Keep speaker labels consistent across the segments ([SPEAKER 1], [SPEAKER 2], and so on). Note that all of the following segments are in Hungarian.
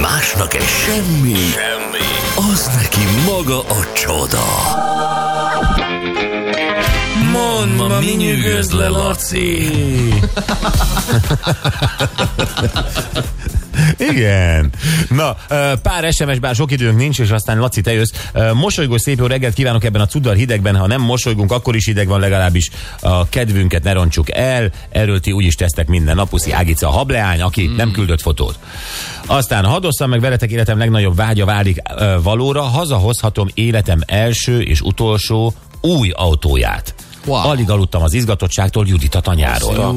[SPEAKER 1] Másnak egy semmi, semmi, az neki maga a csoda. Mond, ma mi nyűgöz le, Laci?
[SPEAKER 2] Igen. Na, ö, pár SMS, bár sok időnk nincs, és aztán Laci, te jössz. Ö, Mosolygós szép jó reggelt kívánok ebben a cudar hidegben, ha nem mosolygunk, akkor is hideg van legalábbis. A kedvünket ne roncsuk el, erről ti úgyis tesztek minden nap, Puszi Ágica a hableány, aki nem küldött fotót. Aztán hadosszam meg veletek életem legnagyobb vágya válik ö, valóra, hazahozhatom életem első és utolsó új autóját.
[SPEAKER 3] Wow.
[SPEAKER 2] Alig aludtam az izgatottságtól Judit a tanyáról.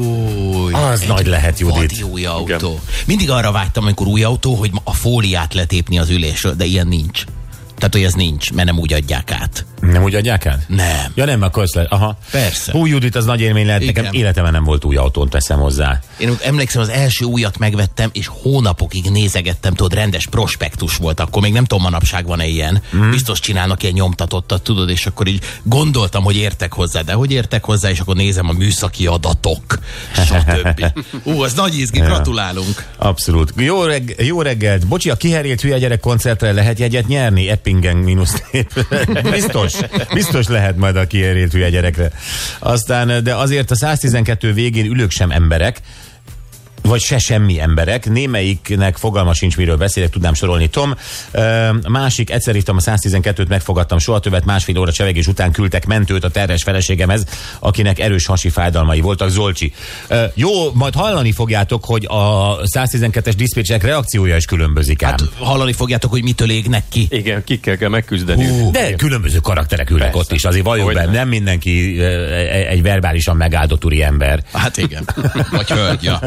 [SPEAKER 3] Új,
[SPEAKER 2] Az nagy lehet, Judit.
[SPEAKER 3] Vadi új autó. Igen. Mindig arra vágytam, amikor új autó, hogy a fóliát letépni az ülésről, de ilyen nincs. Tehát, hogy ez nincs, mert nem úgy adják át.
[SPEAKER 2] Nem úgy adják el?
[SPEAKER 3] Nem.
[SPEAKER 2] Ja nem, akkor ezt le... Aha.
[SPEAKER 3] Hm. Persze.
[SPEAKER 2] Új Judit az nagy élmény lehet,
[SPEAKER 3] Igen.
[SPEAKER 2] nekem életemben nem volt új autón, teszem hozzá.
[SPEAKER 3] Én emlékszem, az első újat megvettem, és hónapokig nézegettem, tudod, rendes prospektus volt, akkor még nem tudom, manapság van-e ilyen. Mm. Biztos csinálnak ilyen nyomtatottat, tudod, és akkor így gondoltam, hogy értek hozzá, de hogy értek hozzá, és akkor nézem a műszaki adatok, stb. Ú, az nagy izgi, gratulálunk.
[SPEAKER 2] Abszolút. Jó, reg- jó reggelt. Bocsi, a kiherélt hülye gyerek koncertre lehet jegyet nyerni? Eppingen mínusz nép. Biztos. Biztos lehet majd a kiherélt hülye gyerekre. Aztán, de azért a 112 végén ülők sem emberek, vagy se semmi emberek. Némelyiknek fogalma sincs, miről beszélek, tudnám sorolni. Tom, ö, másik, egyszer hívtam a 112-t, megfogadtam soha többet, másfél óra csevegés után küldtek mentőt a terhes feleségemhez, akinek erős hasi fájdalmai voltak, Zolcsi. Ö, jó, majd hallani fogjátok, hogy a 112-es diszpécsek reakciója is különbözik ám. Hát,
[SPEAKER 3] Hallani fogjátok, hogy mitől égnek ki.
[SPEAKER 4] Igen, kikkel kell megküzdeni.
[SPEAKER 2] de különböző karakterek ülnek
[SPEAKER 4] Persze.
[SPEAKER 2] ott is, azért valljuk
[SPEAKER 4] Hogyne.
[SPEAKER 2] be, nem mindenki ö, e, egy verbálisan megáldott úri ember.
[SPEAKER 3] Hát igen. Vagy hölgy, ja.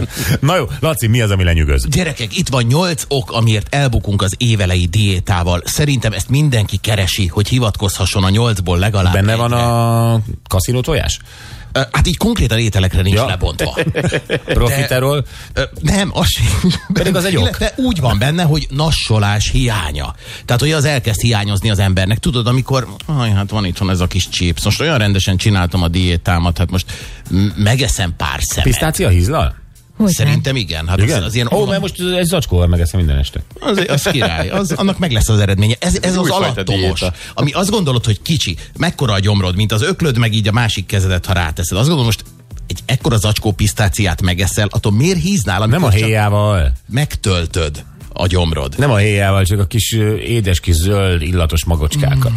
[SPEAKER 2] Na jó, Laci, mi az, ami lenyűgöz?
[SPEAKER 3] Gyerekek, itt van nyolc ok, amiért elbukunk az évelei diétával. Szerintem ezt mindenki keresi, hogy hivatkozhasson a nyolcból legalább.
[SPEAKER 2] Benne van
[SPEAKER 3] egyre.
[SPEAKER 2] a kaszinó tojás?
[SPEAKER 3] Ö, Hát így konkrétan ételekre nincs
[SPEAKER 2] Ja.
[SPEAKER 3] ja. lebontva.
[SPEAKER 2] Profiterol?
[SPEAKER 3] Ö, Nem, az sincs.
[SPEAKER 2] Pedig az egy ok.
[SPEAKER 3] Illetve úgy van benne, hogy nassolás hiánya. Tehát, hogy az elkezd hiányozni az embernek. Tudod, amikor, aj, hát van itthon ez a kis chips. Most olyan rendesen csináltam a diétámat, hát most m- megeszem pár szemet.
[SPEAKER 2] Pisztácia hízlal?
[SPEAKER 5] Hogy
[SPEAKER 3] Szerintem igen. Hát
[SPEAKER 2] Igen?
[SPEAKER 3] Az, az ilyen
[SPEAKER 2] Ó, mert most egy zacskóval megeszem minden este.
[SPEAKER 3] Az, az király, az, annak meg lesz az eredménye. Ez, ez az
[SPEAKER 4] újfajta
[SPEAKER 3] alattomos,
[SPEAKER 4] diéta.
[SPEAKER 3] ami azt gondolod, hogy kicsi, mekkora a gyomrod, mint az öklöd, meg így a másik kezedet, ha ráteszed. Azt gondolom, most egy ekkora zacskó pisztáciát megeszel, attól miért híznál, amikor
[SPEAKER 2] Nem a
[SPEAKER 3] csak
[SPEAKER 2] héjával.
[SPEAKER 3] megtöltöd a gyomrod?
[SPEAKER 2] Nem a héjával, csak a kis ö, édes kis zöld illatos magocskákat.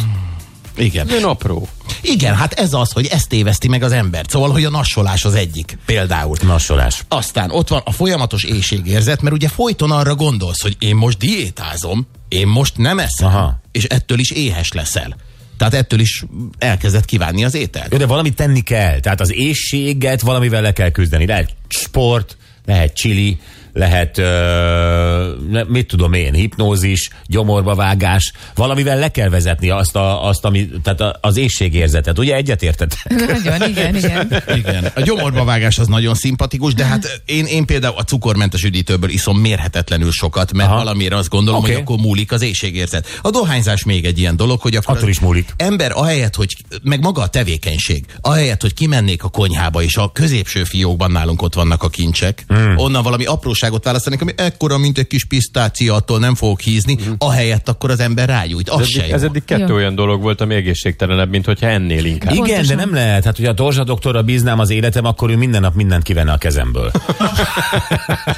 [SPEAKER 3] Igen.
[SPEAKER 4] Nagyon apró.
[SPEAKER 3] Igen, hát ez az, hogy ezt téveszti meg az embert. Szóval, hogy a nassolás az egyik például.
[SPEAKER 2] Nassolás.
[SPEAKER 3] Aztán ott van a folyamatos éjségérzet, mert ugye folyton arra gondolsz, hogy én most diétázom, én most nem eszem,
[SPEAKER 2] Aha.
[SPEAKER 3] Aha. és ettől is éhes leszel. Tehát ettől is elkezdett kívánni az ételt.
[SPEAKER 2] Jó, de valamit tenni kell. Tehát az éjséget valamivel le kell küzdeni. Lehet sport, lehet csili, lehet, ö, ne- mit tudom én, hipnózis, gyomorba vágás. Valamivel le kell vezetni azt, a, azt ami, tehát a- az éjségérzetet. Ugye egyetérted?
[SPEAKER 5] Nagyon, igen, igen.
[SPEAKER 3] Igen. A gyomorba vágás az nagyon szimpatikus, de hát én, én például a cukormentes üdítőből iszom mérhetetlenül sokat, mert Aha. valamire azt gondolom,
[SPEAKER 2] Oké.
[SPEAKER 3] okay. hogy akkor múlik az éjségérzet. A dohányzás még egy ilyen dolog, hogy akkor
[SPEAKER 2] Attól is múlik.
[SPEAKER 3] ember ahelyett, hogy, meg maga a tevékenység, ahelyett, hogy kimennék a konyhába, és a középső fiókban nálunk ott vannak a kincsek, hmm. onnan valami apróságot választanék, ami ekkora, mint egy kis pisztácia, attól nem fogok hízni, hmm. ahelyett akkor az ember rágyújt. Az se
[SPEAKER 4] Eddig,
[SPEAKER 3] jó.
[SPEAKER 4] ez eddig kettő
[SPEAKER 5] Jó.
[SPEAKER 4] olyan dolog volt, ami egészségtelenebb, mint hogyha ennél inkább.
[SPEAKER 2] Igen,
[SPEAKER 5] Pontosan.
[SPEAKER 2] de nem lehet. Hát, hogyha a Dorzsa doktorra bíznám az életem, akkor ő minden nap mindent kivenne a kezemből.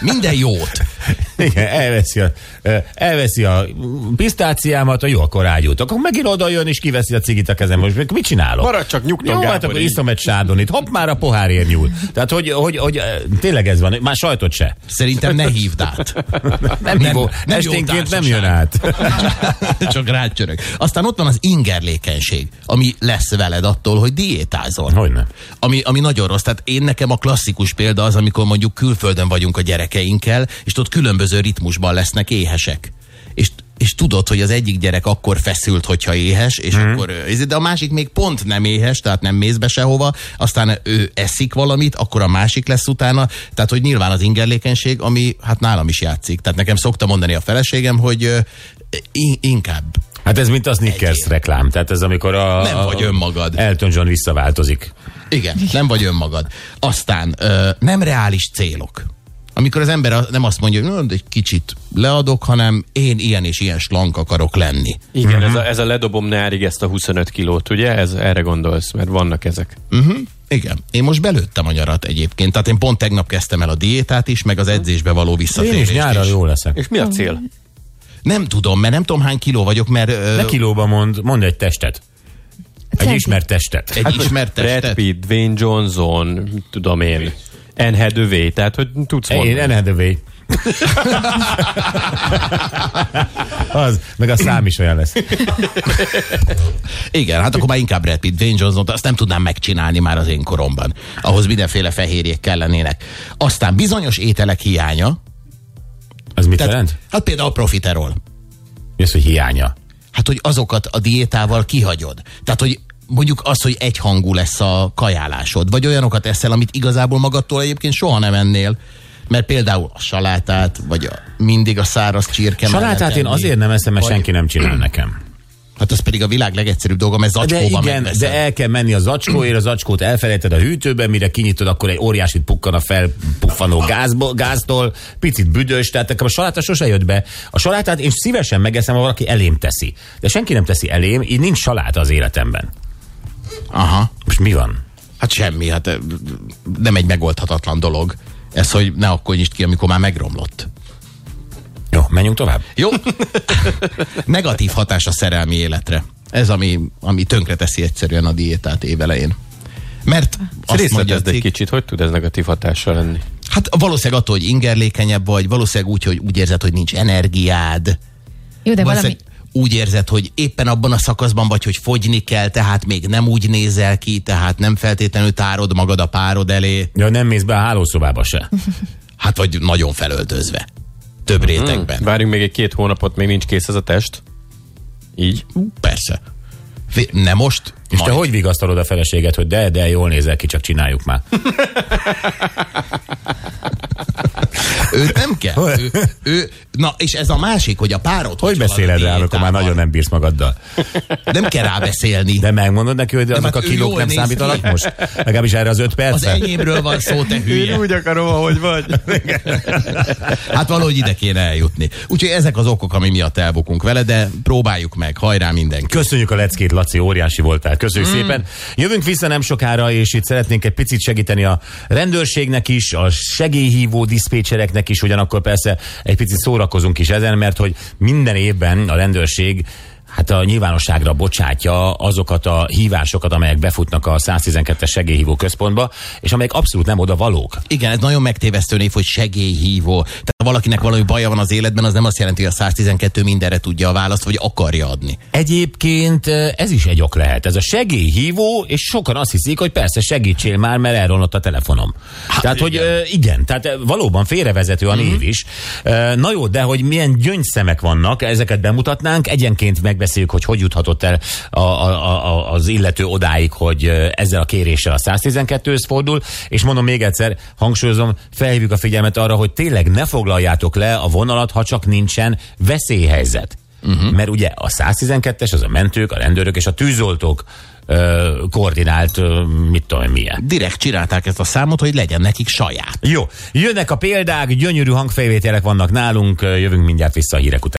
[SPEAKER 3] Minden jót.
[SPEAKER 2] Igen, elveszi a, ö, elveszi a pisztáciámat, a jó, akkor rágyújt. Akkor megint oda jön és kiveszi a cigit a kezemből. Most meg mit csinálok?
[SPEAKER 4] Maradj csak nyugton,
[SPEAKER 2] Jó, hát
[SPEAKER 4] Gábor,
[SPEAKER 2] akkor
[SPEAKER 4] így.
[SPEAKER 2] iszom egy sádonit. Hopp, már a pohárért nyúl. Tehát, hogy, hogy, hogy ö, tényleg ez van. Már sajtot se.
[SPEAKER 3] Szerintem ne hívd át.
[SPEAKER 2] Nem, nem, nem,
[SPEAKER 3] nem jó
[SPEAKER 2] Esténként nem
[SPEAKER 3] társaság.
[SPEAKER 2] jön át.
[SPEAKER 3] Csak rácsörök. Aztán ott van az ingerlékenység, ami lesz veled attól, hogy diétázol.
[SPEAKER 2] Hogyne.
[SPEAKER 3] Ami, ami nagyon rossz. Tehát én nekem a klasszikus példa az, amikor mondjuk külföldön vagyunk a gyerekeinkkel, és ott különböző ritmusban lesznek éhesek. És, és tudod, hogy az egyik gyerek akkor feszült, hogyha éhes, és mm. akkor ő- de a másik még pont nem éhes, tehát nem mész be sehova, aztán ő eszik valamit, akkor a másik lesz utána. Tehát, hogy nyilván az ingerlékenység, ami hát nálam is játszik. Tehát nekem szokta mondani a feleségem, hogy ö, in- inkább
[SPEAKER 2] Hát ez mint az Snickers reklám. Tehát ez amikor a...
[SPEAKER 3] Nem
[SPEAKER 2] a-
[SPEAKER 3] vagy önmagad.
[SPEAKER 2] Elton John visszaváltozik.
[SPEAKER 3] Igen, nem vagy önmagad. Aztán ö, nem reális célok. Amikor az ember a- nem azt mondja, hogy "Ö, de egy kicsit leadok, hanem én ilyen és ilyen slank akarok lenni.
[SPEAKER 4] Igen, ez a, ez a ledobom ne árig ezt a 25 kilót, ugye? Ez, erre gondolsz, mert vannak ezek.
[SPEAKER 3] Uh-huh. Igen. Én most belőttem a nyarat egyébként. Tehát én pont tegnap kezdtem el a diétát is, meg az edzésbe való
[SPEAKER 2] Én
[SPEAKER 3] visszatérést
[SPEAKER 2] is nyára
[SPEAKER 3] is.
[SPEAKER 2] jó leszek.
[SPEAKER 4] És mi a cél?
[SPEAKER 3] Nem tudom, mert nem tudom hány kiló vagyok, mert ö,
[SPEAKER 2] Ne kilóba mond, mond egy testet. Egy
[SPEAKER 5] Centi.
[SPEAKER 2] ismert testet.
[SPEAKER 3] egy ismert
[SPEAKER 4] Brad
[SPEAKER 3] testet.
[SPEAKER 4] Pitt, Dwayne Johnson, mit tudom én, Anne Hathaway, tehát hogy tudsz
[SPEAKER 2] Én
[SPEAKER 4] mondani.
[SPEAKER 2] Anne Hathaway. az, meg a szám is olyan lesz.
[SPEAKER 3] Igen, hát akkor már inkább Brad Pitt, Dwayne Johnson, azt nem tudnám megcsinálni már az én koromban. Ahhoz mindenféle fehérjék kellenének. Aztán bizonyos ételek hiánya.
[SPEAKER 2] Az mit jelent?
[SPEAKER 3] hát például a profiterol.
[SPEAKER 2] Mi az, hogy hiánya?
[SPEAKER 3] Hát, hogy azokat a diétával kihagyod. Tehát, hogy mondjuk az, hogy egyhangú lesz a kajálásod, vagy olyanokat eszel, amit igazából magadtól egyébként soha nem ennél. Mert például a salátát, vagy a, mindig a száraz csirke.
[SPEAKER 2] Salátát
[SPEAKER 3] mellett
[SPEAKER 2] én
[SPEAKER 3] enni.
[SPEAKER 2] azért nem eszem, mert
[SPEAKER 3] Vagy-
[SPEAKER 2] senki nem csinál nekem.
[SPEAKER 3] Hát az pedig a világ legegyszerűbb dolga, mert
[SPEAKER 2] De
[SPEAKER 3] zacskóba
[SPEAKER 2] igen,
[SPEAKER 3] megveszed.
[SPEAKER 2] de e- el kell menni a zacskóért, a zacskót elfelejted a hűtőben, mire kinyitod, akkor egy óriásit pukkan a felpuffanó gázból, gáztól, picit büdös, tehát nekem a saláta sose jött be. A salátát én szívesen megeszem, ha valaki elém teszi. De senki nem teszi elém, így nincs saláta az életemben.
[SPEAKER 3] Aha.
[SPEAKER 2] Most mi van?
[SPEAKER 3] Hát semmi, hát ö, nem egy megoldhatatlan dolog. Ez, hogy ne akkor nyisd ki, amikor már megromlott.
[SPEAKER 2] Jó, menjünk tovább.
[SPEAKER 3] Jó? Negatív hatás a szerelmi életre. Ez, ami, ami tönkreteszi egyszerűen a diétát évelején. Mert azt mondja,
[SPEAKER 4] Részletezd egy
[SPEAKER 3] hogy
[SPEAKER 4] kicsit, hogy tud ez negatív hatással lenni?
[SPEAKER 3] hát valószínűleg attól, hogy ingerlékenyebb vagy, valószínűleg úgy, hogy úgy érzed, hogy nincs energiád,
[SPEAKER 5] Jó, de valami...
[SPEAKER 3] valószínűleg úgy érzed, hogy éppen abban a szakaszban vagy, hogy fogyni kell, tehát még nem úgy nézel ki, tehát nem feltétlenül tárod magad a párod elé.
[SPEAKER 2] Ja, nem mész be a hálószobába se.
[SPEAKER 3] Hát vagy nagyon felöltözve. Több rétegben.
[SPEAKER 4] Várjunk még egy két hónapot, még nincs kész ez a test. Így.
[SPEAKER 3] Persze. Fé- Ne most?
[SPEAKER 2] És te
[SPEAKER 3] majd.
[SPEAKER 2] hogy vigasztalod a feleséget, hogy de, de, jól nézel ki, csak csináljuk már.
[SPEAKER 3] Őt nem kell. Ő, ő, na, és ez a másik, hogy a
[SPEAKER 2] Hogy
[SPEAKER 3] párod... halad a
[SPEAKER 2] beszéled rá, amikor már
[SPEAKER 3] diétával?
[SPEAKER 2] nagyon nem bírsz magaddal?
[SPEAKER 3] Nem kell rá beszélni.
[SPEAKER 2] De megmondod neki, hogy azok a
[SPEAKER 3] hát ő
[SPEAKER 2] kilók
[SPEAKER 3] jól
[SPEAKER 2] nem
[SPEAKER 3] néz ki.
[SPEAKER 2] számítanak most? Legalábbis erre az öt
[SPEAKER 3] Az
[SPEAKER 2] percre?
[SPEAKER 3] enyémről van szó, te hülye.
[SPEAKER 4] akarom, ahogy vagy.
[SPEAKER 3] Hát valahogy ide kéne eljutni. Úgyhogy ezek az okok, ami miatt elbukunk vele, de próbáljuk meg, hajrá mindenki.
[SPEAKER 2] Köszönjük a leckét, Laci, óriási voltál. Köszönjük mm. szépen. Jövünk vissza nem sokára, és itt szeretnénk egy picit segíteni a rendőrségnek is, a segélyhívó diszpécsereknek is, ugyanakkor persze egy picit szórakozunk is ezen, mert hogy minden évben a rendőrség hát a nyilvánosságra bocsátja azokat a hívásokat, amelyek befutnak a 112-es segélyhívó központba, és amelyek abszolút nem oda valók.
[SPEAKER 3] Igen, ez nagyon megtévesztő név, hogy segélyhívó. Tehát ha valakinek valami baja van az életben, az nem azt jelenti, hogy a 112 mindenre tudja a választ, vagy akarja adni.
[SPEAKER 2] Egyébként eh, ez is egy ok lehet. Ez a segélyhívó, és sokan azt hiszik, hogy persze segítsél már, mert elromlott a telefonom. Hát, tehát, igen. hogy eh, igen, tehát eh, valóban félrevezető a név is. Eh, Na jó, de hogy milyen gyöngyszemek vannak, ezeket bemutatnánk, egyenként megbeszéljük, hogy hogy juthatott el a, a, a, az illető odáig, hogy eh, ezzel a kéréssel a 112-höz fordul, és mondom még egyszer, hangsúlyozom, felhívjuk a figyelmet arra, hogy tényleg ne foglaljátok le a vonalat, ha csak nincsen veszélyhelyzet. Uh-huh. Mert ugye a 112-es, az a mentők, a rendőrök és a tűzoltók ö, koordinált, ö, mit tudom én, milyen.
[SPEAKER 3] Direkt csinálták ezt a számot, hogy legyen nekik saját.
[SPEAKER 2] Jó, jönnek a példák, gyönyörű hangfelvételek vannak nálunk, ö, jövünk mindjárt vissza a hírek után.